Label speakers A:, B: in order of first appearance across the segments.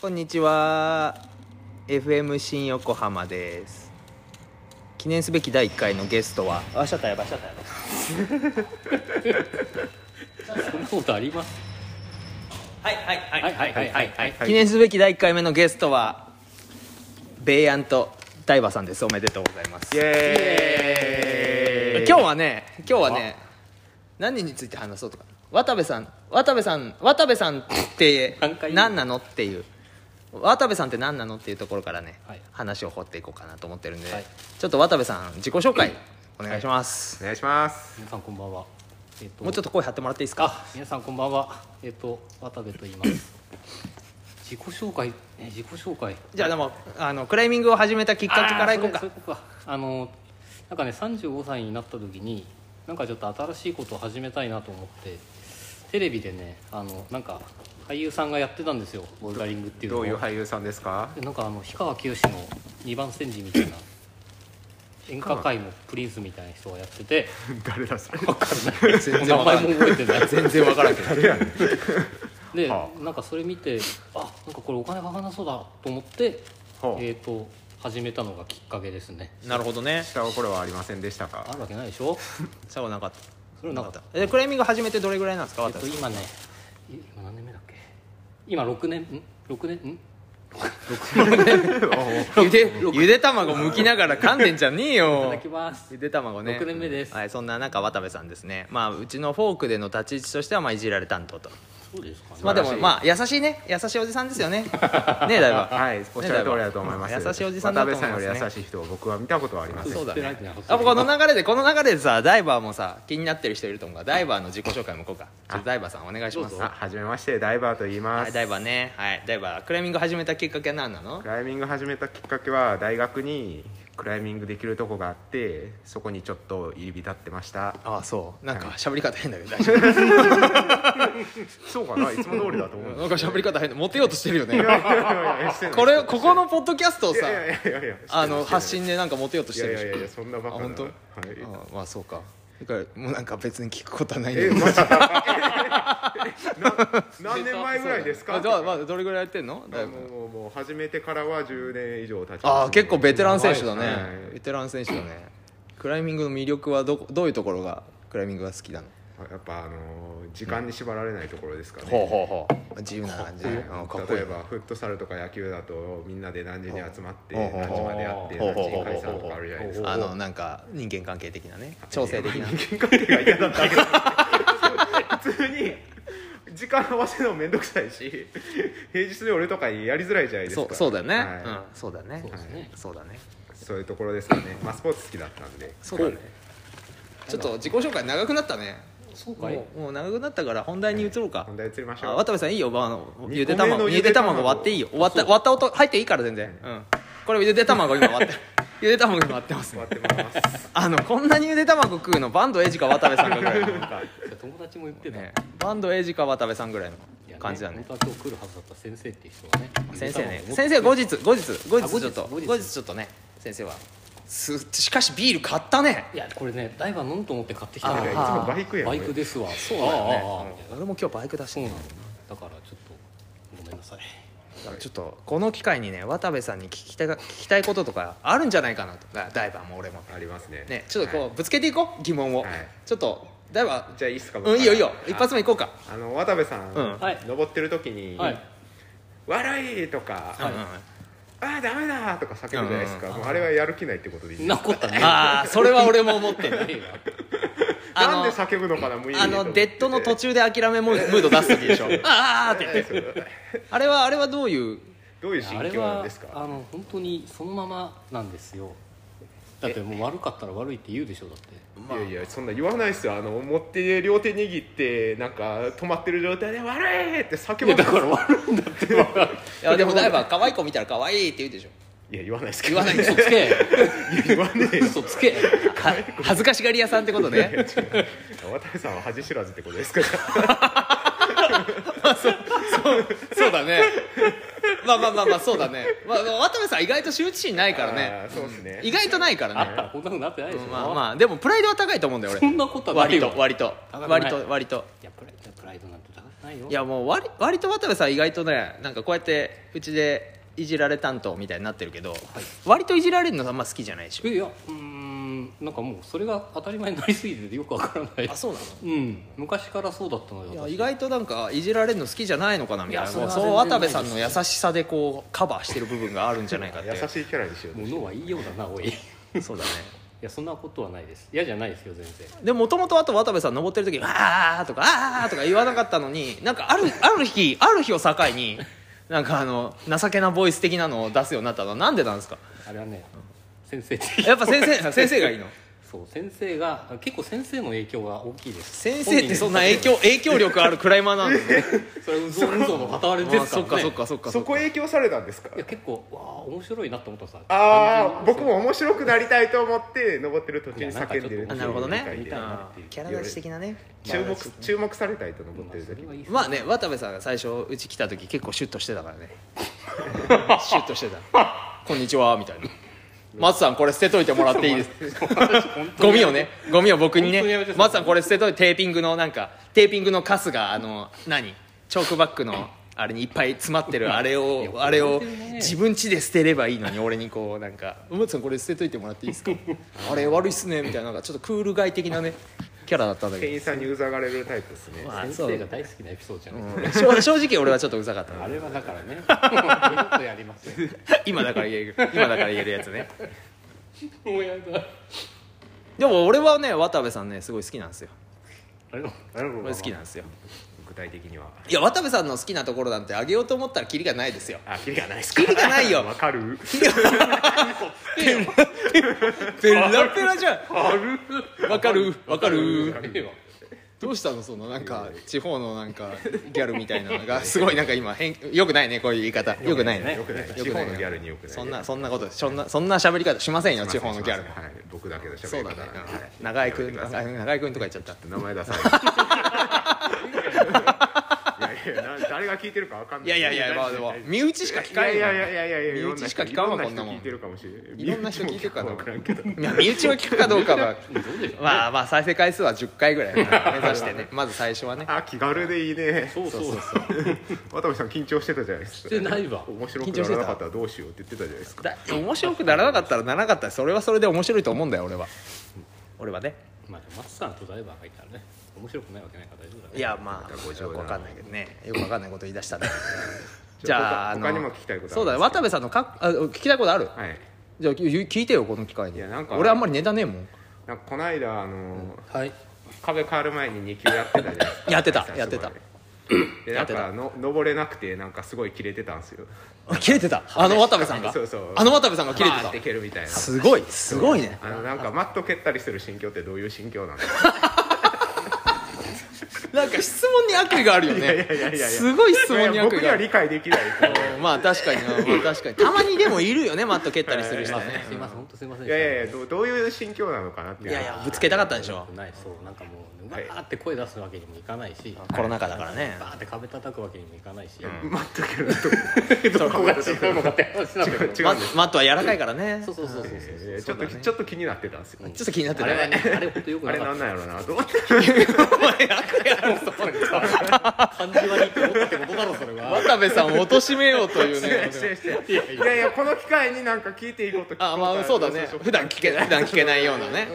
A: こんにちは FM 新横浜です記念すべき第1回のゲストはあシャッターやばいシャッターやばい
B: そんなことあります
A: はいはい
B: はいはいはいはいはい
A: 記念すべき第1回目のゲストはベイアンとダイバさんですおめでとうございます
C: イ
A: 今
C: エーイ
A: 日はね今日はね何について話そうとか渡部さん渡部さん渡部さんって
B: 何回言う
A: 何なのっていう渡部さんって何なのっていうところからね、
B: はい
A: 話を掘っていこうかなと思ってるんで、
B: はい
A: ちょっと渡部さん自己紹介お願いします、
C: お願いします
B: 皆さんこんばんはえっ、と
A: もうちょっ
B: っと
A: と声張ってもらっていいですか
B: あ皆さんこんばんはえっ、と渡部と言います 自己紹介え自己紹介
A: じゃあでもあのクライミングを始めたきっかけからいこう
B: あ
A: か
B: ーそれそういうことかあのなんかね35歳になった時になんかちょっと新しいことを始めたいなと思ってテレビでねあのなんか俳優さんがやってたんですよボルダリングっていうの
C: ど
B: を
C: ういう俳優さんですか
B: でなんかあの氷川きよしの二番煎じみたいな演歌界のプリンスみたいな人がやってて
C: 誰だそれ
B: 分かんな
A: 全
B: い
A: 然
B: 名
A: わから
B: 前
A: ん
B: も覚えてない
A: 全然わからんけど
B: で、
C: は
B: なんかそれ見てあなんかこれお金かからなそうだと思って、
C: ほう
B: えっ、と始めたのがきっかけですね
A: なるほどね
C: 下心はありませんでした
B: あ
C: か
B: るわけないで しょ
A: そうなかった
B: それはなかった
A: えクライミング始めてどれぐらいなんですか
B: えっ
A: 渡部
B: と
A: さん、
B: 今ねい今何年目だっけ今6年ん6年ん
A: ゆで ゆで卵剥きながら噛んでんじゃねえ
B: いた
A: よ
B: だきます
A: ゆで卵ね
B: 六年目です
A: はい、そんな中渡部さんですねまあうちのフォークでの立ち位置としてはまあいじられ担当と
B: そうですかね
A: まあでも
C: 素晴らしい
A: まあ優しいね優しいおじさんですよ ねねえだいぶ
C: はいおっしゃる通りだと思います、
A: 優しいおじさんだと思いますね
C: 渡辺さんより優しい人を僕は見たことはありません
A: そうだね
B: 知ってないね
A: あこの流れでこの流れでさダイバーもさ気になってる人いると思うからダイバーの自己紹介もこうかちょっとダイバーさんお願いします
C: あ
A: は
C: はじめましてダイバーと言います、
A: いダイバーねはいダイバークライミング始めたきっかけは何なの
C: クライミング始めたきっかけは大学にクライミングできるとこがあってそこにちょっと入り浸ってました
A: ああそうなんか喋り方変だけど大丈
C: そうかないつも通りだと思う
A: 夫 なん
C: んで
A: か喋り方変だモテようとしてるよね
C: す いやいやいやしてない
A: これここのポッドキャストを
C: い
A: さ
C: やいやいやいやしてない
A: あの発信でなんかモテようとし
C: い
A: て
C: やい
A: る
C: や
A: でしょ
C: いやいやそんなバカな
A: あ本当
C: はい
A: あまあそうかだからもうなんか別に聞くことは ないんだけ
C: え
A: ど
C: マジえな何年前ぐらいですか
A: あじゃあまあどれぐらいやってんのだいぶ
C: もうもう始めてからは10年以上経ちます
A: ああ結構ベテラン選手だね、
C: はい
A: ベテラン選手だねクライミングの魅力はどこどういうところがクライミングが好きなの
C: やっぱあのー時間に縛られないところですかね、
A: ほうほうほう自由な感じねあーかっこいい
C: 例えばフットサルとか野球だとみんなで何時に集まって
A: ほうほう
C: 何時までやって
A: ほう
C: 何
A: ほう
C: 時に解散とかあるじゃないですか
A: あのなんか人間関係的なね調整的な
C: 喧嘩ってが嫌だったけど普通に時間合わせるのめんどくさ いし平日で俺とかやりづらいじゃないです
A: そ
C: か
A: うそうだよね、
C: はい
A: うんそうだね
B: そうですね
A: そうだね
C: そういうところですかねまあスポーツ好きだったんで
A: そうだねちょっと自己紹介長くなったね
B: そうかい
A: もうもう長くなったから本題に移ろうか、
C: 本題移りまし
A: あ
C: ょう
A: 渡部さんいいよ、まああの、
C: 個目の
A: ゆで卵ゆ
C: ゆ
A: で
C: で卵
A: 卵割っていいよ割った割った音入っていいから全然、うん、これゆで卵今割って ゆで卵今割ってますね
C: 待ってます
A: あのこんなにゆで卵食うのバンドエイジか渡部さんがぐらいの、
B: 友達も言ってた、
A: ね、バンドエイジか渡部さんぐらい
B: いや
A: の感じだね
B: 本当は今日来るはずだった先生っていう人がね
A: 先生ね
B: 見た
A: 先
B: のを
A: 生後日後日後
B: あ
A: 日
B: 後日
A: ちょっと後
B: 後
A: 日
B: 日
A: ちょっとね先生はすしかしビール買ったね
B: いやこれねダイバー飲むと思って買ってきたの
A: あ
B: が
A: ー
C: いつもバイクやん
B: バイク
C: 俺
B: ですわそう
A: だよね
B: ああああ
A: 俺も今日バイク出し
B: そう
A: て
B: な
A: ね
B: のだからちょっとごめんなさい
A: ちょっとこの機会にね渡部さんに聞きたい聞きたいこととかあるんじゃないかなとかダイバーも俺も
C: ありますね
A: ねちょっと
C: は
A: こ
C: いう
A: ぶつけていこう疑問を、
C: はい
A: ちょっとだいぶあ
C: じゃあいいっすか僕
A: うんいいよいいよ
C: は
A: 一発目いこうか、
C: あの渡部さん、
A: うん
B: はい
C: 登ってる時に「
B: はい
C: 悪い!」とか「
B: はい
C: あーダメだ!」とか叫ぶじゃないですか、
A: うん
C: もうあれはやる気ないってことでいい
B: なことねえ
A: ああそれは俺も思って る
B: ねえわ
A: あの
C: なんで叫ぶのかな無意味
A: あ
C: にと思
A: の
C: って
A: デッドの途中で諦めムード出す時でしょ あーあーって言ってあれはあれはどういう
C: どういう心
B: あれ
C: 境なん
B: は
C: ですか
B: あの本当にそのままなんですよだってもう悪かったら悪いって言うでしょだって
C: いやいやそんな言わないですよあの持って両手握ってなんか止まってる状態で「悪い!」って叫
B: いや
C: ぶ
B: だから悪いんだってわかる
A: いやでもダイバー可愛い子見たら可愛いって言うでしょ
C: いや言わないですけ
A: 言
C: ど
A: わない でし
B: 嘘
A: ょ
B: つけ
C: 言わねえよ
B: 嘘つけ
A: は恥ずかしがり屋さんってことね
C: 渡部さんは恥知らずってことですから
A: そうだねまあまあまあまあそうだね、まあ、渡部さん意外と羞恥心ないから
C: あ
A: ね
C: ーそうですね
A: 意外とないから
B: あっ
A: ね
B: たらこんなふうになってないでしょ、
A: まあまあでもプライドは高いと思うんだよ
B: そ
A: 俺
B: んなことはない
A: 割
B: よ
A: と割と
B: 高くない
A: 割と割と
B: いやプライドプライドなんて高くないよ
A: いやもう割割と渡部さん意外とねなんかこうやってうちでいじられ担当みたいになってるけど、割といじられるのあんま好きじゃないでしょ
B: えいやうーんなんかもうそれが当たり前になりすぎててよくわからない
A: あそうなの
B: うん昔からそうだったのよ
A: いや
B: 私
A: 意外となんかいじられるの好きじゃないのかなみたいない
B: やそれは
A: そう
B: 全
A: 渡部
B: 然ない
A: さんの優しさでこうカバーしてる部分があるんじゃないかっ
C: 優
A: て
C: しいキャラにしようと
B: 物はいいようだなおいい
A: そうだね
B: やそんなことはないです嫌じゃないですよ全然
A: でもともとあと渡部さん登ってる時に「あー」とか「あー」とか言わなかったのになんかあるある日ある日を境になんかあの情けなボイス的なのを出すようになったのはなんでなんですか
B: あれはね先生的
A: やっぱ先 生先生がいいの
B: そう先生が結構先生の影響が大きいです
A: 先生ってそんな影響影響力あるクライマーなん で、ね、
B: それはうぞうぞの片割れですから
A: そ
B: ね
A: っかそっかそっか
C: そこ影響されたんですか
B: いや結構わあ面白いなと思ったさ
C: ああ
B: 単純
C: 僕
B: に
C: も面白くなりたいと思って登ってる途中に叫んでる
A: あなるほどね
B: みたいなっていう
A: うんキャラ出し的なね
C: 注目注目されたいと登ってる
B: まあそ
C: 時
B: れはいいっす
A: まあね渡部さんが最初うち来た時結構シュッとしてたからね シュッとしてた「こんにちは」みたいな「松さんこれ捨てといてもらっていいです」ゴミをねゴミを僕に
B: 本当にや
A: ね
B: めて
A: 松さんこれ捨てといてテーピングのなんかテーピングのカスがあの何チョークバッグのあれにいっぱい詰まってるあれ
B: いや
A: をあれ
B: 本
A: を
B: 当にね
A: 自分家で捨てればいいのに俺にこうなんか「松さんこれ捨てといてもらっていいですか? 」あれ悪いっすねみたいななんかちょっとクールガイ的なねキャラだったんだけ
C: 店
A: ど
C: 員さんにうざがれるタイプですね
A: まあ
B: 先
A: そう
B: 生が大好きなエピソードじゃないですか、
A: 正正直俺はちょっとうざかったな
B: あれはだから ね二度とやりません
A: 今だから言える今だから言えるやつね
B: もうやだ
A: でも俺はね渡部さんねすごい好きなんですよ
B: あれの
C: なるほ
A: 俺好きなんですよ
C: 具体的にはい
A: や渡部さんの好きなところなんてあげようと思ったらキリがないですよ
C: あキリがないです
A: キリがないよ
C: わかる
A: ペラペラじゃ
C: ある
A: んわかるわかる
B: ええわ
A: どうしたのそのなんか地方のなんかギャルみたいなのがすごいなんか今変よくないねこういう言い方よくないね
C: よくな
A: よ
C: い
A: くない
C: 地方のギャルによくない
A: そんなそんなことそんなそんな喋り方しませんよ地方のギャルも
C: はい僕だけの
A: そ
C: 喋
A: う
C: り
A: だ
C: 方
A: ね
C: なんではい
A: うん長井
C: や
A: 君と
C: めてくだ
A: か
C: さい
A: 長井君とか言っちゃった
C: 名前出さ ないいやいやな誰が聞いてるかわかんない
A: いやいやいやまあでも身内しか聞
C: い
A: か
C: や
A: ん
C: い
A: よ
C: やいやいやいやいや
A: 身内しか聞かんわこんなもん
C: いろ人聞いてるかもしれない
A: いろんな人聞いてるかな
C: わからんけど
A: いや身内を聞くかどうかは
B: どうでしょう
A: まあまあ再生回数は10回ぐらい目指してねまず最初はね
C: あ気軽でいいね
B: そうそうそう
C: 渡部さん緊張してたじゃないですか
B: してないわ
C: 面白くならなかったらどうしようって言ってたじゃないですか
A: だ面白くならなかったらならなかったらそれはそれで面白いと思うんだよ俺は俺はね
B: まあでも松さんとダイバーがいたらね面白くないわけないから大丈夫だね
A: いやまあ
C: 50
A: よくわかんないけどねよくわかんないこと言い出した ね
C: じ
A: じ
C: ゃ
A: ゃ
C: あ
A: あ
C: 他
A: あの
C: 他にも聞きたいことあるんですけど
A: そうだね渡部さんのかあ聞きたいことある
C: はい
A: じゃあゆ聞いてよこの機会に
C: いやなんか
A: 俺あんまりネタねえ もん
C: なんかこの間あの
B: はい
C: 壁変わる前に2級やってたじゃないですか
A: やってた
C: 久しぶり
A: やってた
C: でなんかの登れなくてなんかすごい切れてたんですよ
A: あ切れてたあの渡部さんが
C: そうそう
A: あの渡部さんが切れ
C: バーって蹴るみたいな
A: たすごいすごいね
C: あのなんかマット蹴ったりする心境ってどういう心境なんですか
A: なんか質問に悪意があるよね
C: いやいやいやい や
A: すごい質問に悪
C: 僕
A: 意
C: に
A: があ
C: は
A: る
C: 理解できない
A: まあ確かにな、まあ、確かにたまにでもいるよねマット蹴ったりする人ね
B: すいません本当すいません
C: いやいやいやどうどういう心境なのかなっていう
A: いやいやぶつけたかったでしょ
B: ないそうなんかもううわーって声出すわけにもいかないし
A: コロナ禍だからね
B: バーって壁叩くわけにもいかないし、
C: マット蹴ると
B: どこが違うのかって話 なんだけど
C: 違
A: マ
C: うんです
A: マットは柔らかいからね
B: そうそうそうそうそう
C: えーちょっとちょっと気になってたんですよ
A: ちょっと気になって
B: あ
A: た
B: れは
A: ね
B: ねあれ本当よくな
C: あれ
B: か
C: な
B: っ
C: んなんやろうなと思って
B: た感じ悪いって思ったってことだろそれ は
A: 渡部さんを貶としめようというね
C: してしていやいやこの機会になんか聞いていいこと聞こうか
A: あまあそうだね普段聞けない普段聞けないようなね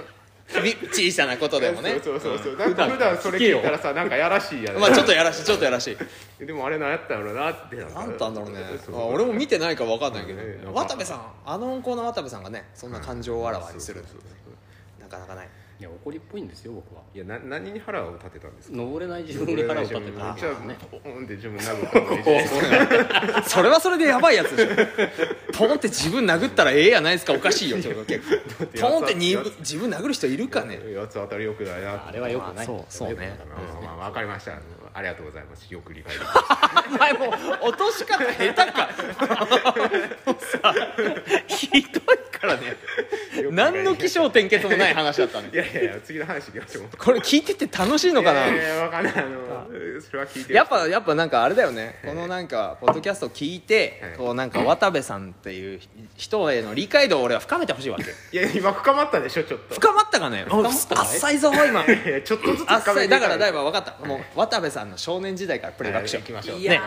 A: び小さなことでもね
C: そうそうそうそうなんか普段それ聞いたらさなんかやらしいやん
A: まあちょっとやらしいちょっとやらしい
C: でもあれなんやったんやろうなってな
A: なんたんだろうね
C: そう
A: あ俺も見てないから分かんないけ
C: そうねな
A: ど
C: んか
A: 渡部さんあの温厚な渡部さんがねそんな感情をあらわにする
C: そうそうそう
A: なかなかない
B: いや怒りっぽいんですよ僕はい
C: やな何に腹を立てたんですか
B: 登れない自分に腹を立てたわけ
C: じゃ
B: で
C: あ
B: すね
C: ポンって自分 殴ったのに
A: それはそれでやばいやつでしょポンって自分殴ったらええやないですかおかしいよちょっと結構ポンってに自分殴る人いるかね
C: やつ当たりよくないな
B: あれはよくない
A: そうそうね
C: まあまあまあ分かりましたありがとうございますよく理解でき
A: お前もう落とし方下手かもうさひどいからね
C: よく理解
A: 何の起承転結もない話だったね
C: いやいやいや次の話いきましょう
A: これ聞いてて楽しいのかない
C: やいや分かんないあの
A: な
C: それは聞いてる
A: やっぱやっぱなんかあれだよねこのなんかポッドキャストを聞いて
C: はい
A: こうなんか渡部さんっていう人への理解度を俺は深めてほしいわけ
C: いや今深まったでしょちょっと
A: 深まったかね
B: 深まったかい
A: あっさいぞ今
C: いやちょっとずつ
A: あっさ
C: め
A: い
C: て
A: だ
C: い
A: からだい
C: ぶ
A: ぶ分かったもう渡部さんの少年時代からプレイバックしよう
C: はい行きましょう
A: ね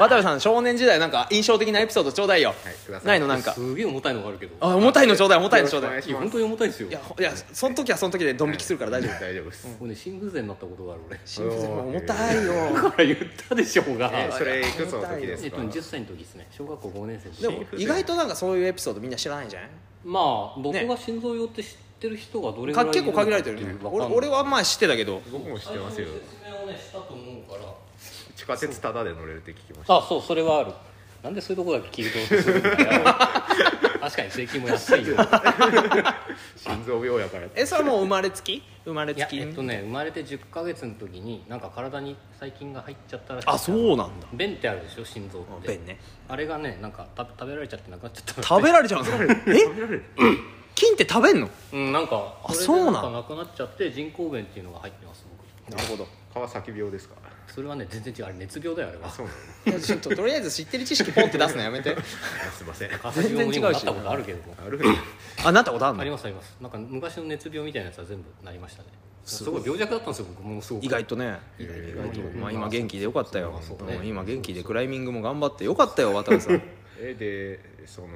A: 渡部さんの少年時代なんか印象的なエピソードちょうだいよ
C: はいください
A: ないのなんか
B: すげえ重たいのがあるけど
A: あ重たいのちょうだい重たいのちょうだ
C: よろ
A: い
C: し
B: いや本当に重たいですよ
A: いやほいやその時はその時でドン引きするから大丈夫
C: 大丈夫です、
B: 俺ね心不全になったことがある俺
A: 心臓重たいよ
B: だから言ったでしょうが、
C: えーそれいくつの時で
B: え
C: す
B: っ
C: か
B: と、10歳の時ですね小学校5年生の時
A: でも意外となんかそういうエピソードみんな知らないじゃん
B: まあ僕が心臓用って知ってる人がどれぐら
A: か
B: い
A: 結構限られてる
B: い
A: よね
B: のかっていう
A: 俺俺はまあ知ってたけど
C: 僕も知ってます
B: 最初
C: よ
B: の説明をねしたと思うから
C: 地下鉄タダで乗れるって聞きまし
B: あそうそれはあるなんでそういうとこだけ切り取ろうとするんだ よ確かに税金も安いよ
C: た心臓病やからって
A: えそれはもう生まれつき生まれ
B: い
A: つ
B: や
A: き
B: えっとね生まれて10ヶ月の時になんか体に細菌が入っちゃったらしい
A: あそうなんだ
B: 便ってあるでしょ心臓っ
A: あ
B: て
A: 便ね
B: あれがねなんかた食べられちゃってなくなっちゃったらしい
A: 食べられちゃうのえ
C: 食べられる
A: 菌って食べんの
B: うんなんか
A: あ
B: れで
A: そうなん
B: なんかなくなっちゃって人工便っていうのが入ってます僕
A: なるほど
C: 川崎病ですか
B: それはね全然違うあれ熱病だよあれは
C: そうなの
A: いやちょっととりあえず知ってる知識ポンって出すのやめて
C: あすいません あ
B: 赤病に
A: 全
B: も
A: 然違う
B: なっ
A: した
B: ことあるけども
C: る
A: あなったことある
B: あり
A: の
B: ますありますなんか昔の熱病みたいなやつは全部なりましたねすごい病弱だったんですよ僕ものすごく
A: 意外とね
C: 意外と
A: 意外と
B: うん
A: まあ今元気でよかった
B: ま
A: よ
B: あそうね
A: うん今元気でクライミングも頑張ってよかったよ渡部さ ん
C: えでその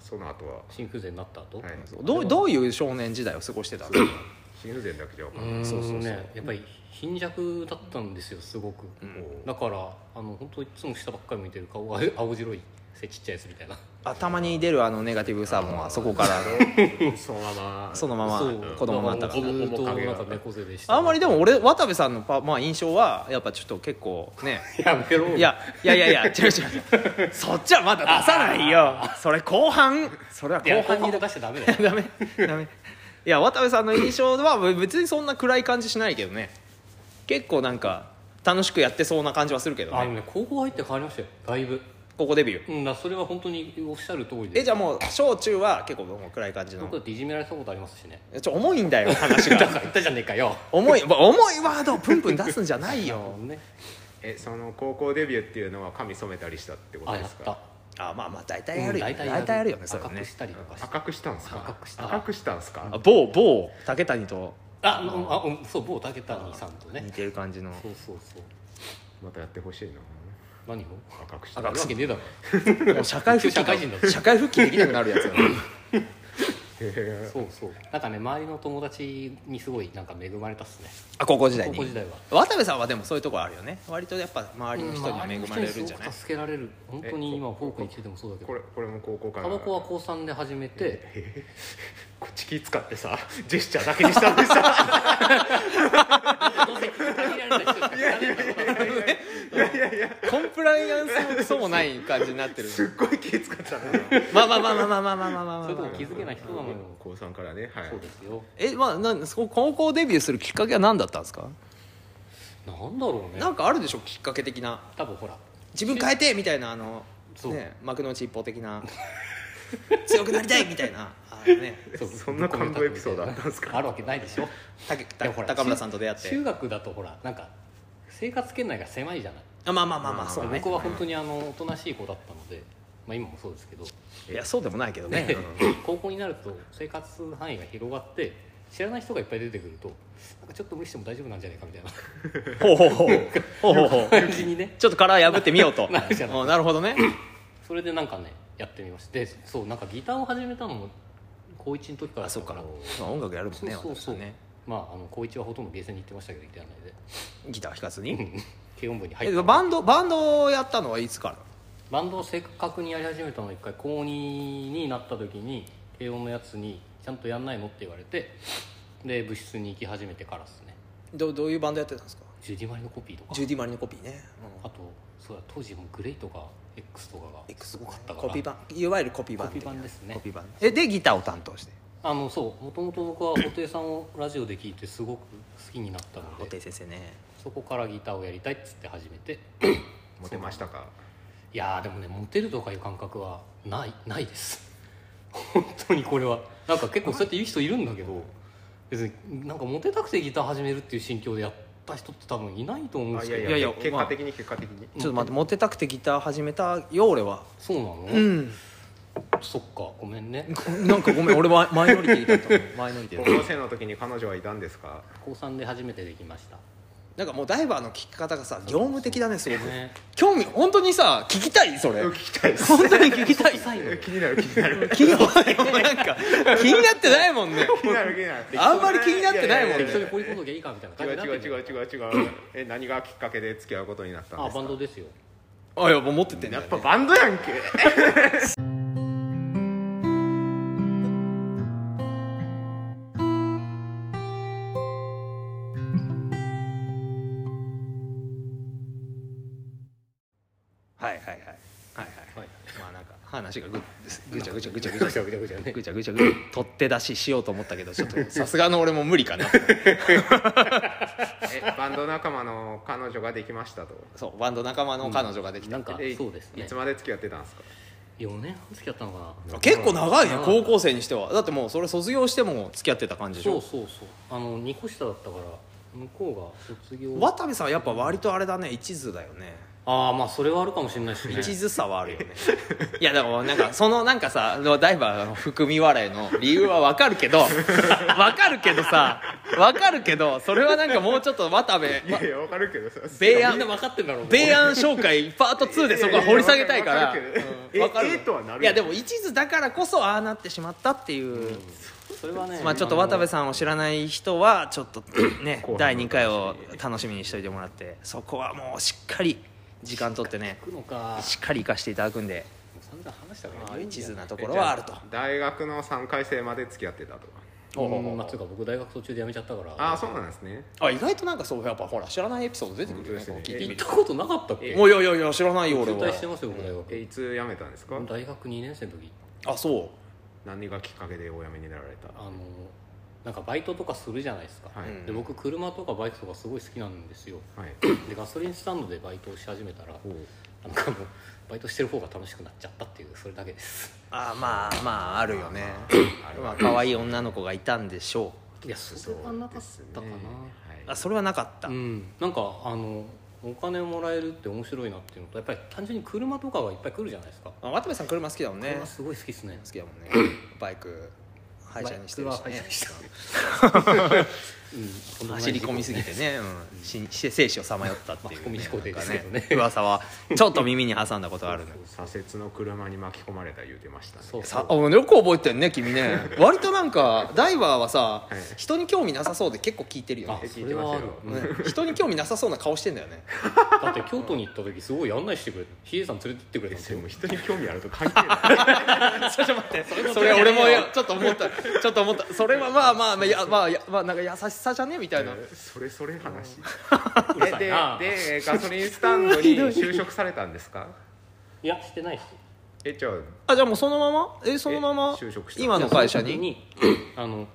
C: その後は
B: 心不全になった後、
C: はい
A: どうどういう少年時代を過ごしてたの
C: 心不全だけじゃわか
B: うんー
C: ない
B: ん
A: そうそうそう
B: ねやっぱり貧弱だったんですよすごく、
C: ん
B: だからあの本当いつも下ばっかり向いてる顔が え青白い背ちっちゃいやつみたいな
A: 頭に出るあのネガティブさもあそこから
C: そのまま
A: そのまま子供になったから
B: だからずっと
C: 面影が
B: なんか猫背でした
A: あんまりでも俺渡部さんのパ、まあ、印象はやっぱちょっと結構ね
B: やめろ
A: いやいやいやいや違う違 うそっちはまだ出さないよそれ後半それはい
B: や
A: 後
B: 後半
A: 半
B: に
A: に
B: 出しちゃダメだよ
A: ダメダメいや渡部さんの印象は別にそんな暗い感じしないけどね結構なんか楽しくや ってそうな感じはするけど
B: あの
A: ね
B: ね高校入って変わりましたよだいぶ
A: ここデビュー
B: うんだそれは本当におっしゃる通りで
A: えじゃあもう小中は結構もう暗い感じの
B: 僕だっていじめられたことありますしね
A: ちょ重いんだよ話
B: だか
A: が
B: ら言ったじゃねえかよ
A: 重い重いワードをプンプン出すんじゃないよ
B: ね
C: えその高校デビューっていうのは髪染めたりしたってこと
B: あや
C: で
B: っ
C: す
B: た
C: か
A: あまあまあ大体
B: う
A: や
B: ん
A: るよ、
B: 大体
A: 大体やるよねそれは
B: 赤
A: ね
B: くしたりとかして
C: 赤くしたんすか
B: 赤くした
C: 赤くしたんすか
A: あ某某竹谷と
B: あうんあうんそう某竹谷さんとね
A: 似てる感じ の
B: そうそうそう
C: またやってほしいな
B: 何を
C: 赤くし
B: あ
C: た
B: るわけねえだろ
A: もう社会復帰
B: 社会人だぞ
A: 社会復帰できなくなるやつだ ね
C: へ
B: そうそうなんかね周りの友達にすごいなんか恵まれたっすね
A: あ高校時代
B: 高
A: に
B: 校時代は
A: 渡部さんはでもそういうところあるよね割とやっぱ周りの人に恵まれるんじゃない、
B: うん周りの人にすごく助けられる本当に今フォークについてもそうだ
C: え
B: け
C: こ
B: ど
C: れこれも高校か
B: タ
C: ら
B: バコは高3で始めて
C: こっち気使ってさジェスチャーだけにしたんでさ
B: どうせ限られた人しかやれないから
C: いやいやいや
A: コンプライアンスもクソもない感じになってる
C: すっごい気使ったな
A: まあまあまあまあまあまあまあまあまあ
B: そういうとこ気づけない人なのよ
C: 高3からねはい
B: そうですよ
A: えまあなんそこ高校デビューするきっかけは何だったんですか
B: なんだろうね
A: なんかあるでしょきっかけ的な
B: 多分ほら
A: 自分変えてみたいなあの
B: そう
A: ね幕の内一方的な 強くなりたいみたいなあのね
B: そう
C: そんな感動エピソードあったんすか
B: あるわけないでしょ
A: 竹
B: でもほら
A: 高村さんと出会っ
B: 中
A: て
B: 中学だとほらなんか生活圏内が狭いじゃない
A: あまあまあまあまあそうね
B: 僕は本当にあのおとなしい子だったので、まあ、今もそうですけど、
A: いやそうでもないけどね
B: で高校になると生活範囲が広がって知らない人がいっぱい出てくるとなんかちょっと無理しても大丈夫なんじゃないかみたいな
A: ほうほう ほうほうほうほう
B: 感じ にね
A: ちょっと殻破ってみようと
B: なるじゃない
A: うん なるほどね
B: それでなんかねやってみましたでそうなんかギターを始めたのも高1の時か
A: あ
B: らだた
A: そうかまあ音楽やるもん
B: そう
A: ね
B: そうそう、
A: 私はね
B: まああの高1はほとんどゲーセンに行ってましたけどギター内で
A: ギター弾かず
B: う
A: に
B: ん 軽音部に入
A: え
B: って
A: バンドバンドをやったのはいつから
B: バンドを正確にやり始めたのは一回高2になった時に慶応のやつに「ちゃんとやんないの?」って言われてで部室に行き始めてからですね
A: どどういうバンドやってたんですか
B: ジュディ・マリのコピーとか
A: ジュディ・マリのコピーね
B: あとそうだ当時もうグレイとか X とかが
A: X
B: すごかったから
A: コピー版いわゆるコピー版
B: コピー版ですね
A: コピー版えでギターを担当して
B: あのそうもともと僕は布袋さんをラジオで聞いてすごく好きになったの
A: 布
B: で
A: 袋先生ね
B: そこからギターをやりたいっつって始めて
C: モテましたか
B: いやーでもねモテるとかいう感覚はないないです 本当にこれはなんか結構そうやって言う人いるんだけど別になんかモテたくてギター始めるっていう心境でやっった人って多分いないと思うん
C: あ
B: で
C: い
B: す
C: や
B: けど
C: いや
A: いやいや
C: 結果的に結果的に、
A: ちょっと待ってモテたくてギター始めたよ俺は
B: そうなの、
A: うん
B: そっかごめんね
A: なんかごめん俺はマイノリティだと思うマイノリティだと
C: 高
A: 思う
C: 校生の時に彼女はいたんですか
B: 高3で初めてできました
A: なんかもうダイバーの聞き方がさ業務的だねすごく
B: ね
A: 興味本当にさ聞きたいそれ本
C: 聞きたいです
A: 当に聞き たい
B: 臭いのよ
C: 気になる気になる
A: 気に なんか気になって ないもんね
C: 気になる気になる
A: あんまり気になってないもんね
B: 適当にこういうことでいいかみたいな
C: 違う
B: 感じになって
C: 違う
B: る
C: 違う違う違うえ何がきっかけで付き合うことになったん
B: あ
C: ですか
B: バンドですよ
A: あいやもう持ってってんだ
C: や
A: よ
C: っ
A: ね
C: ぱバンドやんけ
A: はいはいはいはいはい
B: はい
A: まあなんか話がぐぐちゃぐちゃぐちゃぐ
B: ぐ
A: ち
B: ち
A: ゃ
B: ゃぐちゃぐちゃね
A: ぐちゃぐちゃぐちゃ取って出ししようと思ったけどちょっと さすがの俺も無理かなと思って
C: えバンド仲間の彼女ができましたと
A: そうバンド仲間の彼女ができた
B: なんか
C: え
B: そうですね
C: いつまで付き合ってたんですか
B: 4年半付き合ったのかな
A: 結構長いね
B: うん
A: 高校生にしてはだってもうそれ卒業しても付き合ってた感じでし
B: そう
A: ょ
B: そうそうあの2個下だったから向こうが卒業
A: 渡部さんはやっぱ割とあれだね一途だよね
B: ああまあそれはあるかもしれないですね
A: 一途さはあるよね いやでもなんかそのなんかさダイバーの含み笑いの理由はわかるけどわかるけどさわかるけどそれはなんかもうちょっと渡部
C: いやいやわかるけどさ
A: 米
B: みんな
A: 安
B: 分かってんだろうね
A: 米安紹介パート2でそこは掘り下げたいから
C: いやいやいやわか
A: うんわかる
C: るけどえええとはなるよ
A: いやでも一途だからこそああなってしまったっていう、
B: それはね
A: まあちょっと渡部
B: ん
A: さんを知らない人はちょっとね
C: 後半の
A: 第2回を楽しみにしておいてもらってそこはもうしっかり時間取ってね
B: 行くのか
A: しっかり生かしていただくんで
B: 散々話したから
A: ああいう地図なと
C: と
A: ころはあると
C: 大学の3回生まで付き合ってたと
A: ほうほうほう
B: うんまあつうか僕大学途中で辞めちゃったから
C: ああそうなんですね
A: あ意外となんかそうやっぱほら知らないエピソード出てくるよね
C: 本当ですね
A: こう聞いて
B: 行
A: み
B: ったたことなかったっけ
A: もういやいやいや知らないよ俺
B: 中
A: は
B: 退してますよ僕大
C: えい
B: 学
C: つ辞めたんですか
B: 大学2年生の時
A: あそう
C: 何がきっかけでお辞めになられた
B: あのなんかバイトとかするじゃないですか
C: はい、
A: うん
B: で僕車とかバイクとかすごい好きなんですよ
C: はい
B: でガソリンスタンドでバイトをし始めたら
C: ほう
B: なんかもうバイトしてる方が楽しくなっちゃったっていうそれだけです
A: あまあまああるよね
C: ある
A: まあ可愛い女の子がいたんでしょ
B: いやそれはなかったかな
A: うあそれはなかった、
B: うんなんかあのお金もらえるって面白いなっていうのとやっぱり単純に車とかがいっぱい来るじゃないですか
A: あ渡部さん車好きだもんね
B: 車すごい好きですね
A: 好きだもんね バイク廃車にしてるし
B: バイクは廃
A: ね
B: 車にしうん
A: 走り込みすぎて ね、うん、しし生死をさまよったっていう、
B: 巻き込み思考でですけどね
A: なんか噂はちょっと耳に挟んだことがあるね
C: 左折の車に巻き込まれた言うてましたね
B: そう
A: さあよく覚えてんね君 ね割となんかダイバーはさ、
C: はい
A: 人に興味なさそうで結構聞いてるよ
B: あ
A: ね
C: え
B: そ
C: 聞い
B: れ
C: てます
B: はあ
C: よ
B: る、
A: ね人に興味なさそうな顔してんだよね
B: だって京都に行った時すごい案内してくれた比叡山連れてってくれたんです
C: で
B: よ
C: も人に興味あると関係ない
A: ちょっと待ってそれ俺もちょっと思ったちょっと思ったそれはまあまあまあやまあやまあなんか優しさじゃねみたいな
C: それそれ話
B: うるさいな
C: ででガソリンスタンドに就職されたんですか
B: いやしてないっすよ
C: えじゃあ
A: あじゃあもうそのままえそのまま
C: え就職した
A: 今の会社に
B: いやその時にあの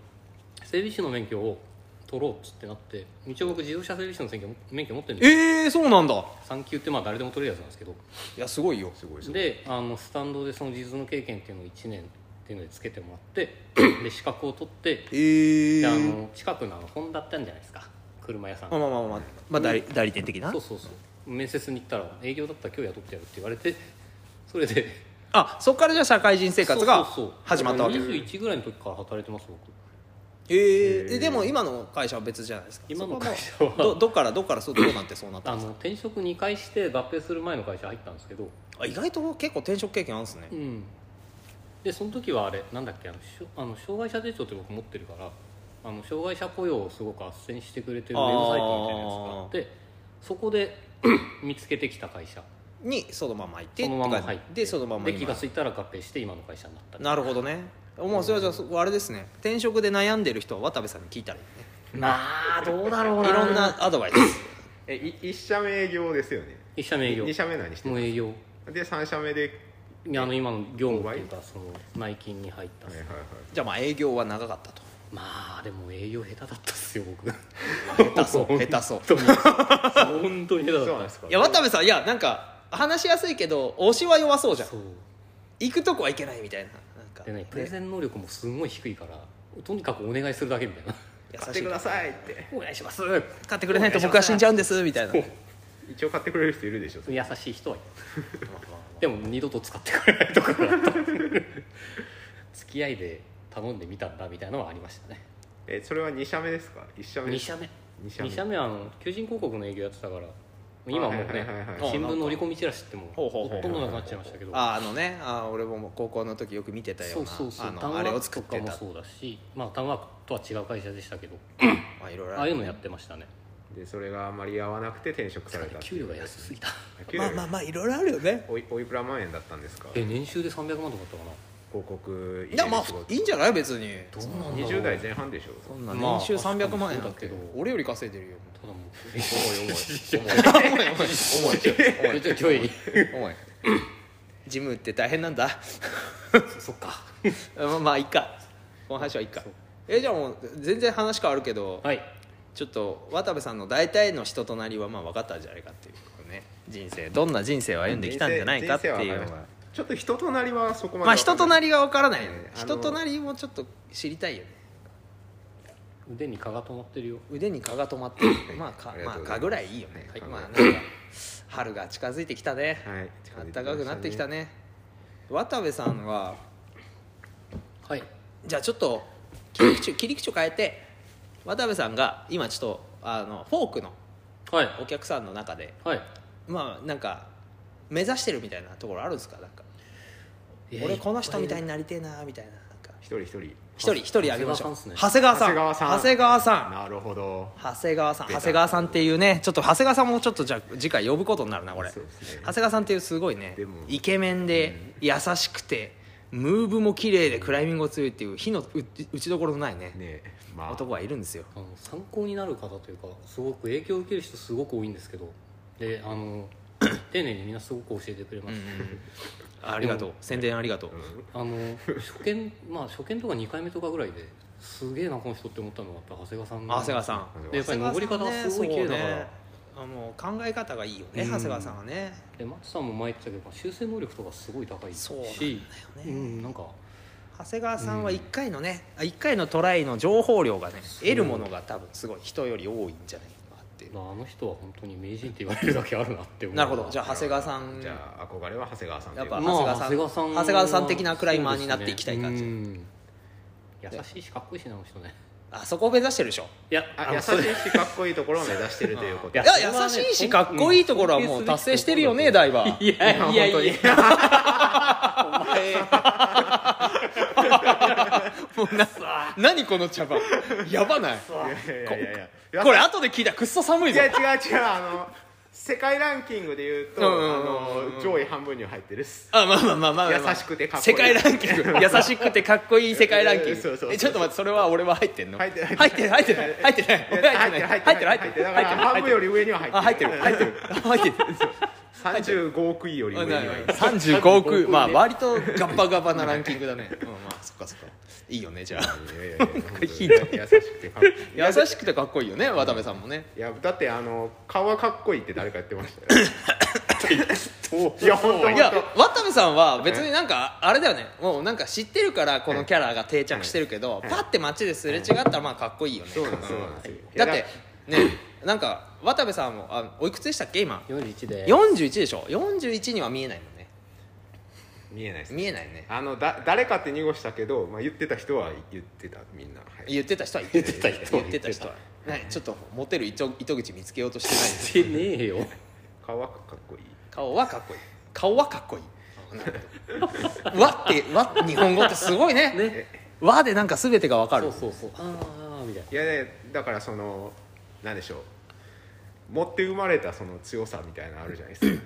B: 整備士の免許を取ろうっつってなって一応僕自動車整備士の免許も免許持ってるんですよ
A: えー、そうなんだ
B: 3級ってまあ誰でも取れるやつなんですけど
A: いやすごいよ
C: すごいすごい
B: であのスタンドでその実務経験っていうのを1年っていうのでつけてもらって で資格を取って
A: え
B: であ
A: ー、
B: の近くのあのホンダってあるんじゃないですか車屋さん
A: まあまあまあまあ、まあ、代理代理店的な
B: そうそうそう面接に行ったら営業だったら今日雇ってやるって言われてそれで
A: あそっからじゃあ社会人生活が
B: そうそうそう
A: 始まったわけ
B: だから21ぐらいの時から働いてます僕
A: えー、えでも今の会社は別じゃないですか
B: 今
A: そこ
B: の
A: も
B: 会社は
A: どどっからどっからそうどうなってそうなった
B: あ
A: んですか
B: の転職2回して合併する前の会社入ったんですけど、
A: あ意外と結構転職経験あるんですね、
B: うん、でその時はあれなんだっけあのしょあの障害者手帳って僕持ってるからあの障害者雇用をすごく斡旋してくれてるウェブサイトみたいなやつがあってそこで 見つけてきた会社
A: にそのまま行って
B: そのまま入っ
A: って
B: て
A: でそのまま
B: で
A: 今
B: 気が付いたら合併して今の会社になった
A: なるほどねもうそれはじゃあそあれですね転職で悩んでる人は渡部さんに聞いたらいいね
B: まあどうだろう
A: いろんなアドバイス
C: えい一社目営業ですよね
B: 一社目営業
C: 二社目何して
B: もう営業
C: たで三社目で
B: いやあの今の業務っていうかその内勤に入ったっ
C: はい
B: す
C: はいはい
A: じゃあまあ営業は長かったと
B: まあでも営業下手だったっすよ僕
A: 下手 そう下手そう
B: 本当に下手だっ
C: そう
B: た
C: なんですか
A: いや渡部さんいやなんか話しやすいけど推しは弱そうじゃん
B: そう
A: 行くとこは行けないみたいななんか
B: でねプレゼン能力もすごい低いからとにかくお願いするだけみたいな
C: 買ってくださいって
B: お願いします
A: 買ってくれないと僕は死んじゃうんですみたいな
C: 一応買ってくれる人いるでしょ
B: 優しい人はいる でも二度と使ってくれないところだった 付き合いで頼んでみたんだみたいなのはありましたね
C: えそれは2社目ですか1社目
B: 2社目
C: 二社目
B: 2社目はあの求人広告の営業やってたから今はもう
C: はい
B: ね
C: はいはいはい
A: はい
B: 新聞の折り込みチラシってもう
A: ほうほうほう
B: ほとんどなくなっちゃいましたけど
A: ああのねあー俺ももう高校の時よく見てたよ
B: そうう
A: な
B: そうそう
A: あ
B: タウン
A: のあ
B: ワ
A: れ
B: ー
A: を
B: ク
A: 作
B: と
A: っ
B: か
A: て
B: も
A: た
B: そうだしまあタウンワークとは違う会社でしたけど
A: まあいろいろ
B: あ
A: あ
B: あい
A: る
B: うのやってましたね
C: でそれがあまり合わなくて転職されたっていう
B: 給料が安すぎた
C: 給料
A: まあまあまあいろいろあるよね
C: おいおいくら万円だったんですか
B: え
C: 広
B: 年収で300万とかだったかな
C: 告
A: いやまあいいんじゃない別に
B: どうなんだろう
C: 20代前半でしょ
A: そんな
B: まあ
A: 年収300万円だけ
B: 確かにそ
A: ど
B: うだけど
A: 俺より稼いでるよ
B: ただもう
A: 重い重い重い重い
B: ちょいちょい
A: 重いジムって大変なんだ
B: そっか
A: うんまあいいかこの話はいいかえじゃあもう全然話変わるけど
B: はい
A: ちょっと渡部さんの大体の人となりはまあ分かったんじゃないかっていうね人生どんな人生を歩んできたんじゃないかってい
C: 人生
A: う
C: は
A: の
C: 分かり
A: は
C: ましたちょっと人となりはそこまで
A: まあ人とな
C: り
A: りが分からないよ
C: うん
A: ね
C: あの
A: 人となりもちょっと知りたいよね
B: 腕に蚊が止まってるよ
A: 腕に蚊が止まってるまあ
C: あ
A: 蚊
C: りが
A: まあ
C: とうございます
A: 蚊ぐらいいいよね、
C: はい
A: まあなんか春が近づいてきたね、
C: はい
A: 暖かくなってきたね渡部さんは
B: はい
A: じゃあちょっと切り 口を切り口を変えて渡部さんが今ちょっとあのフォークの
B: はい
A: お客さんの中で
B: はい
A: まあなんか目指してるみたいなところあるんですかなんか俺この人みたいになりてえなみたいななんか
C: 一人一人
A: 一人一人あげましょう長
B: 長
A: 谷川さん
C: 長谷川さん
A: 長谷川さん
C: なるほど
A: 長谷川さん
C: 出
A: 長
C: た
A: 谷川さんっていうねちょっと長谷川さんもちょっとじゃあ次回呼ぶことになるなこれ、
C: そうですね
A: 長谷川さんっていうすごいね
C: でも
A: イケメンで優しくてムーブも綺麗でクライミングも強いっていう火のう打ちどころのないね
C: ねまあ
A: 男はいるんですよ
B: あの参考になる方というかすごく影響を受ける人すごく多いんですけどであの 丁寧にみんなすごく教えてくれま
A: う
B: し
A: ん
B: た、
A: ありがとう宣伝ありがとう
C: うん
B: あの初見まあ初見とか2回目とかぐらいですげえなこの人って思ったのはやっぱ長谷川さん
A: 長谷川さん
B: でやっぱり登り方がすごい綺麗だから、
A: あもう考え方がいいよね
B: うん
A: 長谷川さんはね
B: で松さんも前言ってたけど修正能力とかすごい高いし
A: そうなんだよね
B: うんなんか
A: 長谷川さんは1回のね、あ一回のトライの情報量がね
B: そう
A: 得るものが多分すごい人より多いんじゃないかなっていう
B: あの人は本当に名人って言われるだけあるなって思う
A: なるほどじゃあ長谷川さん
C: じゃあ憧れは長谷川さん
A: やっぱ
B: まあ
A: 長谷川さん
B: は
A: 長谷川さん的なクライマーになっていきたい感じ
B: そうですねうん優しいしかっこいいしなあの人ね
A: あそこを目指してるでしょ
B: いや
C: あ優しいしかっこいいところを目指してるということ
B: いや
A: いや
B: それはね
A: 優しいしかっこいいところはもう達成してるよねダイバー
B: いやいやい やお
C: 本当に
B: 前
A: 何この茶番やばない
C: いやいやいやいや
A: これ後で聞いたらくっそ寒い
C: い
A: ぞ
C: や違う違うあの世界ランキングで言うと、
A: うんうんうんうん
C: あの上位半分には入ってるっす
A: あまあまあまあまあ、まあ、
C: 優しくてかっこい
A: 世
C: い
A: 界ランキン グ優しくてかっこいい世界ランキン
C: そうそう
A: グ
C: そう
A: えちょっと待ってそれは俺は入ってんの
C: 入ってない
A: 入ってない入ってない入ってない
C: いや
A: 俺入ってない入ってない入ってない
C: だから
A: 入
C: 半
A: っ
C: 分
A: て
C: よ
A: ない
C: り上には入ってる
A: あ入ってる入ってる入ってる
C: 35億位より上には入ってる
A: 35億 まあ割とガバガバなランキングだ ねうんまあそっかそっかいいよねじゃあ
C: いやいやいや本当に
A: ひどい
C: 優しくてかっこいいいや
A: 優しくてかっこいいよね渡部さんもね
C: いやだってあの顔はかっこいいって誰か言ってました よいや本当
A: い
C: 本
A: や
C: 当
A: 渡部さんは別になんかあれだよねもうなんか知ってるからこのキャラが定着してるけどパッて街ですれ違ったらまあかっこいいよね
C: そうなんですそうなんですよ
A: だってねなんか渡部さんもあおいくつでしたっけ今
B: 41で
A: 41でしょ41には見えないもんね
C: 見えないです
A: 見えないね
C: あのだ誰かって濁したけど、まあ、言ってた人は言ってたみんな、はい
A: 言ってた人は言ってた
B: 言ってた人は
A: 言ってた人はねちょっとモテる糸糸口見つけようとしてないです
B: してねえよ
C: 顔はかっこいい
A: 顔はかっこいい顔はかっこ いい和って和日本語ってすごいね
B: ね
A: 和でなんか全てがわかる
B: そうそうそうああみたい
C: いやねだからそのなんでしょう持って生まれたその強さみたいなのあるじゃないですか
B: な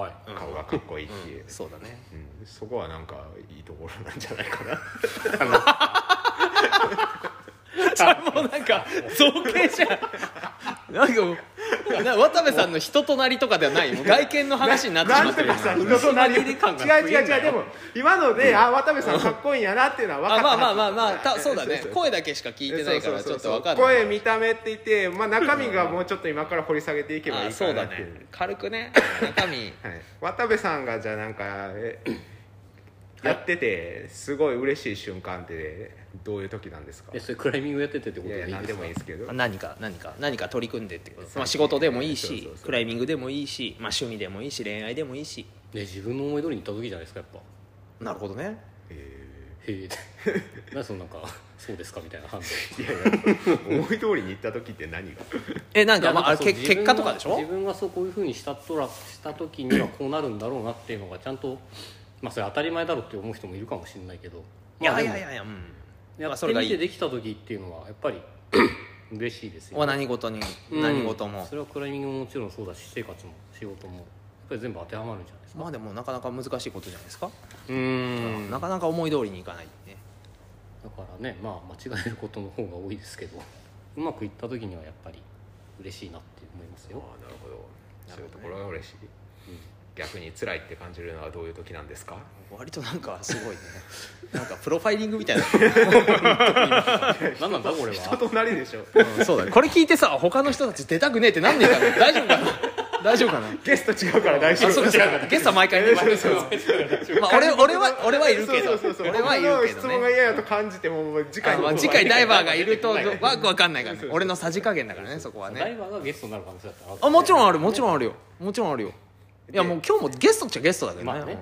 B: はい
C: 顔がかっこいいっていう、
A: そうだね
C: うんそこはなんかいいところなんじゃないかな
A: それもうなんか造形じゃんなんかもうな渡部さんの人となりとかではないもう外見の話になってしま
C: な
A: っ
C: ん
A: て
C: と
A: る
C: かさ
A: 今
C: 人となり違う
B: 薄まぎれ感が
C: 違う違う
B: 増えんなよ
C: でも今ので、あ渡部さんかっこいいんやなっていうのは分かっ
A: あ
C: た
A: まあまあまあまあたそうだね
C: そうそう
A: 声だけしか聞いてないからち
C: そ
A: ょ
C: う
A: っと
C: そうそう
A: わかんない
C: 声見た目って言って、まあ、中身がもうちょっと今から掘り下げていけばい
A: あ
C: い
A: そ
C: か
A: うだ
C: なっていう
A: ね軽くね中身
C: はい、渡部さんがじゃあなんかえやっててすごい嬉しい瞬間ってどういう時なんですか
B: えそれクライミングやっててってこ
C: い
B: と
C: やい
B: で
C: や
B: いいで
C: 何です
B: か
C: もいいですけど
A: まあ何か何か何か取り組んでってこと、
C: そう
A: まあ、仕事でもいいし
C: そうそうそう
A: クライミングでもいいし、まあ、趣味でもいいし恋愛でもいいし
B: で自分の思い通りに行った時じゃないですかやっぱ
A: なるほどね
C: え
B: へえ なんでそのなんかそうですかみたいな反応
C: ーいやいや 思い通りに行った時って何が
A: えなん
B: い
A: か
B: や
A: まああ
B: なん
A: れ
B: か
A: け
B: そう自分
A: 結果とかでし
B: が
A: ょ
B: 自分がそうこういうふうにしたとらした時にはこうなるんだろうなっていうのがちゃんとまあそれ当たり前だろうって思う人もいるかもしれないけど、
A: い
B: ま
A: や
B: あ
A: い
B: でも
A: やいやいやうん
B: や
A: まあ
B: っ
A: そ
B: て
A: れが
B: み
A: い
B: て
A: い
B: できた時っていうのはやっ ぱり嬉しいですよ、
A: は何事に
B: うん
A: 何事も、
B: それはクライミングももちろんそうだし私生活も仕事もやっぱり全部当てはまるんじゃないですか
A: まあでもなかなか難しいことじゃないですか、
B: うーん
A: なかなか思い通りにいかないね
B: だからねまあ間違えることの方が多いですけどうまくいった時にはやっぱり嬉しいなって思います
C: ああ
B: よ
C: なるほど
A: な
C: そう
A: る
C: いう
A: ほどね
C: ところが嬉しい、逆に辛いって感じるのはどういう時なんですか
A: 割となんかすごいねなんかプロファイリングみたいな、
B: 何なんだこれは
C: 人となりでしょ
A: うんそうだねこれ聞いてさ他の人たち出たくねえってなんねえかな大丈夫かな大丈夫かな
C: ゲスト違うから大丈
A: あ
C: 夫
A: そうかそうかゲストは毎回ね
C: そうそう
A: まあ俺俺は俺はいるけど
C: そうそうそうそう
A: 俺はいるけ
C: 僕の
A: ど
C: 質問が
A: ね
C: 嫌やと感じてももう次回
A: あ
C: の
A: まあ
C: 方が
A: 次回ダイバーがいると
C: は
A: わくわかんないから
C: そう
A: ね
C: そう
A: 俺のさじ加減だからねそこは
B: ダイ
A: ね
B: バーがゲストになる可能性だったら
A: あもちろんあるもちろんあるよもちろんあるよいやもう今日もゲストっちゃゲストだけどね,、
B: まあね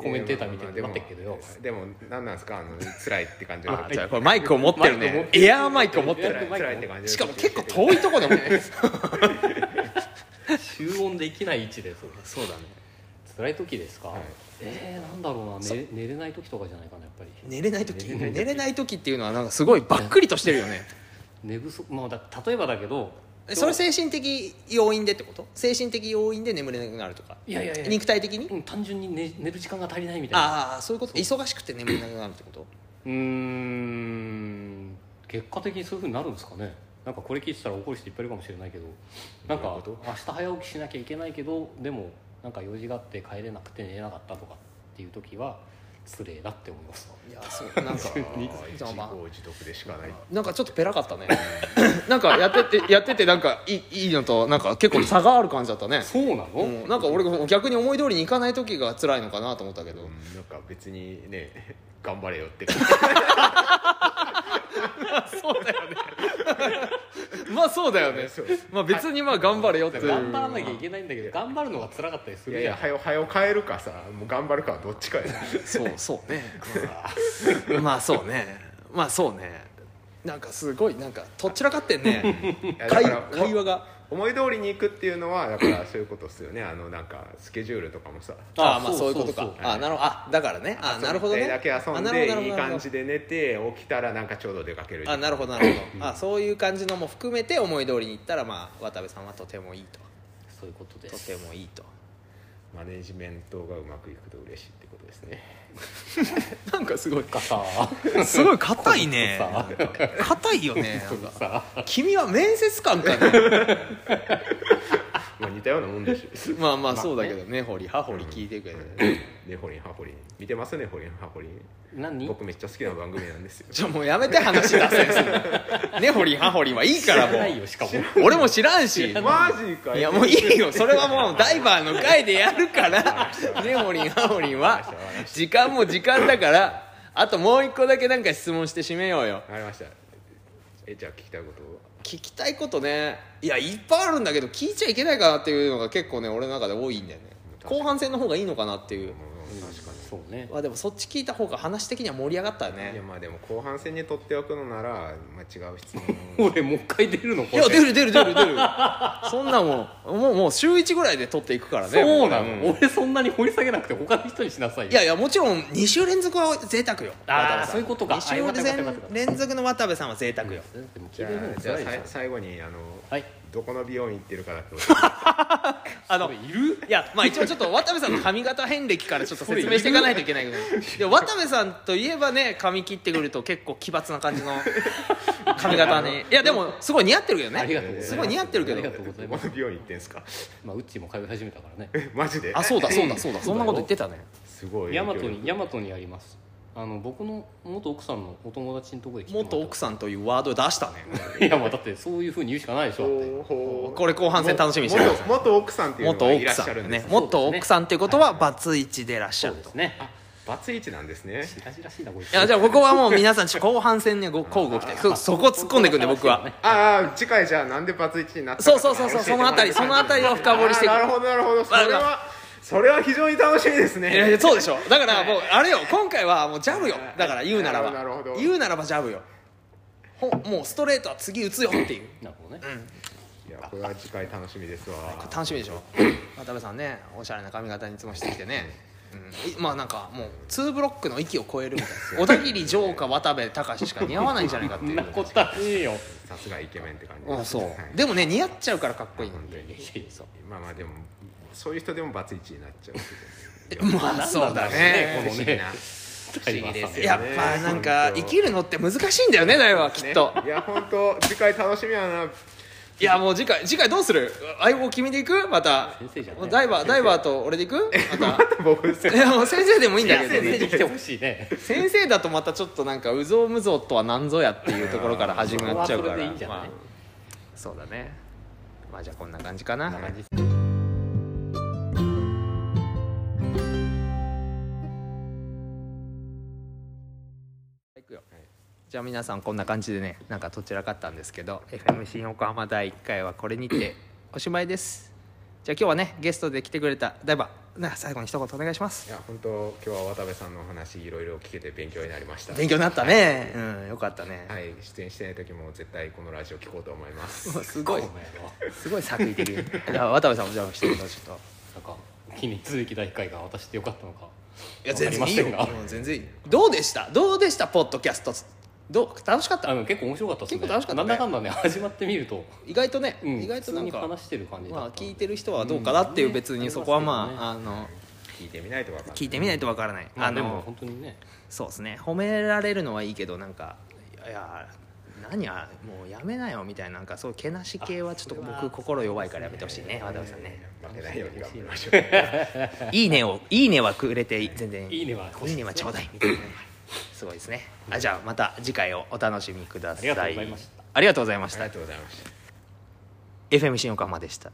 B: コメンテーターみたいになってっけどよ
C: でも何なんですかあの辛いって感じる
A: あじゃあこれマイクを持ってる
B: マイク持
A: ね
B: ってる
A: エアーマイクを持って
B: エア
A: る
B: ーマイク
C: 辛いって感じる
A: しかも結構遠いとこでもね
B: 集音できない位置でそう
A: そうだね
B: 辛い時ですか、
C: はい
B: えー、なんだろうな寝寝れない時とかじゃないかなやっぱり
A: 寝れない時寝れない時っていうのはなんかすごいばっくりとしてるよね
B: 寝不足まあだ例えばだけど
A: えそれ精神的要因でってこと精神的要因で眠れなくなるとか
B: いやいやいや
A: 肉体的に
B: うん単純に寝寝る時間が足りないみたいな
A: ああそういうこと忙しくて眠れなくなるってこと
B: うーん結果的にそういうふうになるんですかねなんかこれ聞いてたら怒る人いっぱいいるかもしれないけどなん
C: どうい
B: か
C: うこ
B: 明
C: と
B: 日早起きしなきゃいけないけどでもなんか用事があって帰れなくて寝れなかったとかっていう時は失礼だって思います
A: いやそうなん か
C: 自業自得でしかない
A: なんかちょっとペラかったね なんかやっててやっててなんかいいいいのとなんか結構差がある感じだったね
B: そうなの、
A: うんなんか俺が逆に思い通りにいかない時が辛いのかなと思ったけど、
C: うんなんか別 にね頑張れよって
A: そうだよね まあそうだよね
C: そう
A: まあ別にまあ頑張れよっていう
B: 頑張らなきゃいけないんだけど頑張るのが辛かったりす
C: い
B: る
C: やい
B: じゃ
C: や
B: ん
C: はよはよ帰るかさもう頑張るかはどっちかや
A: そうそうね まあそうねまあそうねなんかすごいなんかとっちらかってん ね
C: いや だ
A: 会
C: から
A: 会話が
C: 思い通りに行くっていうのはだからそういうことっすよねあのなんかスケジュールとかもさ
A: あ
B: あ
A: あまあそういうこと
B: そう
A: か
B: そう
A: あなるほどあだからねあなるほどね
C: 遊んでだけ遊
A: あ
C: ん
A: なるほどなる
C: で
A: ほ
C: いい
A: どなるほ
C: 感
A: ど
C: じで寝て起きたらなんかちょうど出かける
A: あなるほどなるほどあそういう感じのも含めて思い通りにいったらまあ渡部さんはとてもいいと
B: そういうことで
A: と
B: す
A: てもいいと
C: マネジメントがうまくいくと嬉しいってことで すね
A: なんかすごい
B: かさ
A: すごい硬いね
B: さ
A: 硬いよねなんか
B: さ
A: 君は面接官か ね
C: まあ似たようなもんでしょ
A: まあまあそうだけどね掘り葉掘り聞いてくれて ね
C: ねほりんはほりん見てますねほりんはほりん
B: 何
C: 僕めっちゃ好きな番組な んですよ
A: じゃあもうやめて話脱線す るね掘り葉掘りはいいからも
B: 知らな
A: う
B: いよしかも
A: 俺も知らんし
C: マジか
A: いやもういいよそれはもうダイバーの回でやるからねホリンハホリンは時間も時間だからあともう一個だけなんか質問して締めようよ
C: わかりましたえじゃあ聞きたいことを
A: 聞きたいことねいやいっぱいあるんだけど聞いちゃいけないかなっていうのが結構ね俺の中で多いんだよね後半戦の方がいいのかなっていう
C: 確か
B: そうね
A: まあでもそっち聞いた方が話的には盛り上がったよ
C: にいや
A: ね
C: まあでも後半戦に取っておくのなら、まあ、違う 質問
B: 俺もう一回出るのこ
A: い
B: れ
A: や出る出る出る出るそんなもんもうもう週1ぐらいで取っていくからね
B: そうな
A: も
B: の、俺そんなに掘り下げなくて他の人にしなさいよ
A: いやいやもちろん2週連続は贅沢よ渡
B: あー
A: 部さん
B: そういうことか
A: 2週
B: あよかったよかったよかった
A: 連続の渡部さんは贅沢よ、
B: でも聞
C: じ
B: い
C: ゃ
B: てるの
C: あ
B: も
C: じゃあ
B: 辛い
C: さ
B: で
C: い最後にあの
B: はい
C: どこの美容院行ってるかだって教
A: あのいるいやまあ一応ちょっと渡部さんの髪型遍歴からちょっと説明していかないといけないけど でも渡部さんといえばね髪切ってくると結構奇抜な感じ の髪型にいやでもすごい似合ってるけどね
B: ありがとうございます
A: すごい似合ってるけ
B: ありがと
A: ど
B: うござ
C: えて
B: い
C: ど
B: ま
C: こ
B: す
C: の美容院行ってんすか
B: まあうっちーも通い始めたからね
C: マジで
A: あそうだそうだそうだそんなこと言ってたね
C: すごい
B: ヤマトにヤマトにありますあの僕の元奥さんのお友達のとこで来てもらった
A: 元奥さんというワードを出したね
B: んいやまあだってそういうふうに言うしかないでしょだって
A: これ後半戦楽しみにしてください
C: 元元奥さんっていうの
A: 元
C: がい
A: 奥
C: らっし
A: さ
C: ゃる
A: ん
C: んで
A: ね
C: す
A: 元奥さんっていうことはバツイチでいらっしゃ
B: そ
A: る
B: うで
A: と
B: すね
C: バツイチなんですね
B: しらじらしいなこいつ
A: いやじゃあここはもう皆さんちょ後半戦ねご交互期待そそこ突っ込んでいくんで僕は
C: ああ次回じゃあなんでバツイチになった
A: そうそうそうそうそのあたりそのあたりを深掘りしていく
C: あーなるほどなるほどそれはそれは非常に楽しみです
A: いやい
C: ね
A: やそうでしょだからもうあれよ今回はもうジャブよだから言うならば
C: なるほどなるほど
A: 言うならばジャブよほもうストレートは次打つよっていう
B: なるほどね、
C: いやこれは次回楽しみですわ
A: 楽しみでしょ渡部さんねおしゃれな髪型にいつもしてきてね、うんいまあなんかもう2ブロックの域を超えるみたいです小田切城か渡部隆しか似合わないんじゃないかってい
B: そん
A: う
B: なことはねえよ
C: さすがイケメンって感じ
A: あそ
C: はいう
A: でもね似合っちゃうからかっこいい
C: 本当に
B: そう
C: まあまあでもそういう人でもバツイチになっちゃう
A: まあそうだね
B: このね
C: 不思議です
A: い
C: よ
A: や
C: ね
A: っぱなんか
C: 本当
A: 生きるのって難しいんだよね大はきっと、
C: ねいや本当次回楽しみやない
A: やもう次回次回どうする相棒君でいくまた
B: 先生じゃない
A: ダイバーダイバーと俺でいくま
C: 僕です
A: たいやもう先生でもいいんだけ
B: 先生
A: ど
B: に来てほしいね
A: 先生だとまたちょっとなんかうぞうむぞうとは何ぞやっていうところから始まっちゃうから
B: それはそれでいいんじゃない
A: まあそうだねまあじゃあこんな感じかな、
B: 感じ
A: いくよじゃあ皆さんこんな感じでねなんかとちらかったんですけど FM 新横浜第1回はこれにておしまいですじゃあ今日はねゲストで来てくれたダイバーな最後に一言お願いします
C: いや本当今日は渡部さんのお話いろいろ聞けて勉強になりました
A: 勉強になったね、うんよかったね、
C: はい出演してない時も絶対このラジオ聞こうと思います
A: うわすごい
B: お前 は
A: すごい作為的 にじゃあ渡部さんもじゃあ一言ちょっと
B: なんか記念続き第1回が私でよかったのか
A: いや全然
B: わか
A: いい
B: り
A: よ
B: ませんが
A: うん全然いいどうでしたどうでしたポッドキャストどう楽しかっ
B: あ
A: た
B: の結構面白かったですね
A: 結構楽しかったね
B: なんだかんだね始まってみると、
A: 意外とね、
B: うん
A: 意外となん
B: 普通に
A: か
B: 話してる感じだ
A: ま
B: った
A: あ
B: んで
A: 聞いてる人はどうかなっていう、
B: うん
A: 別にそこはまあ、
B: ね
A: あの
C: 聞いてみないとわかんない
A: 聞いてみないとわからない、
B: ま
A: あ
B: あでも
A: の
B: 本当にね
A: そうですね褒められるのはいいけどなんかいや何やもうやめなよみたいななんかそういうけなし系はちょっと僕心弱いからやめてほしいね渡部さんね
C: 負けないように頑張りましょう
A: いいねをいいねはくれて全然
B: いいねは欲し
A: い
B: いですね
A: いねはちょうだいみたいなねすごいですねあじゃあまた次回をお楽しみください
B: ありがとうございました
A: ありがとうございまし
C: あり
A: た
C: がとうございました
A: FM 新横浜でした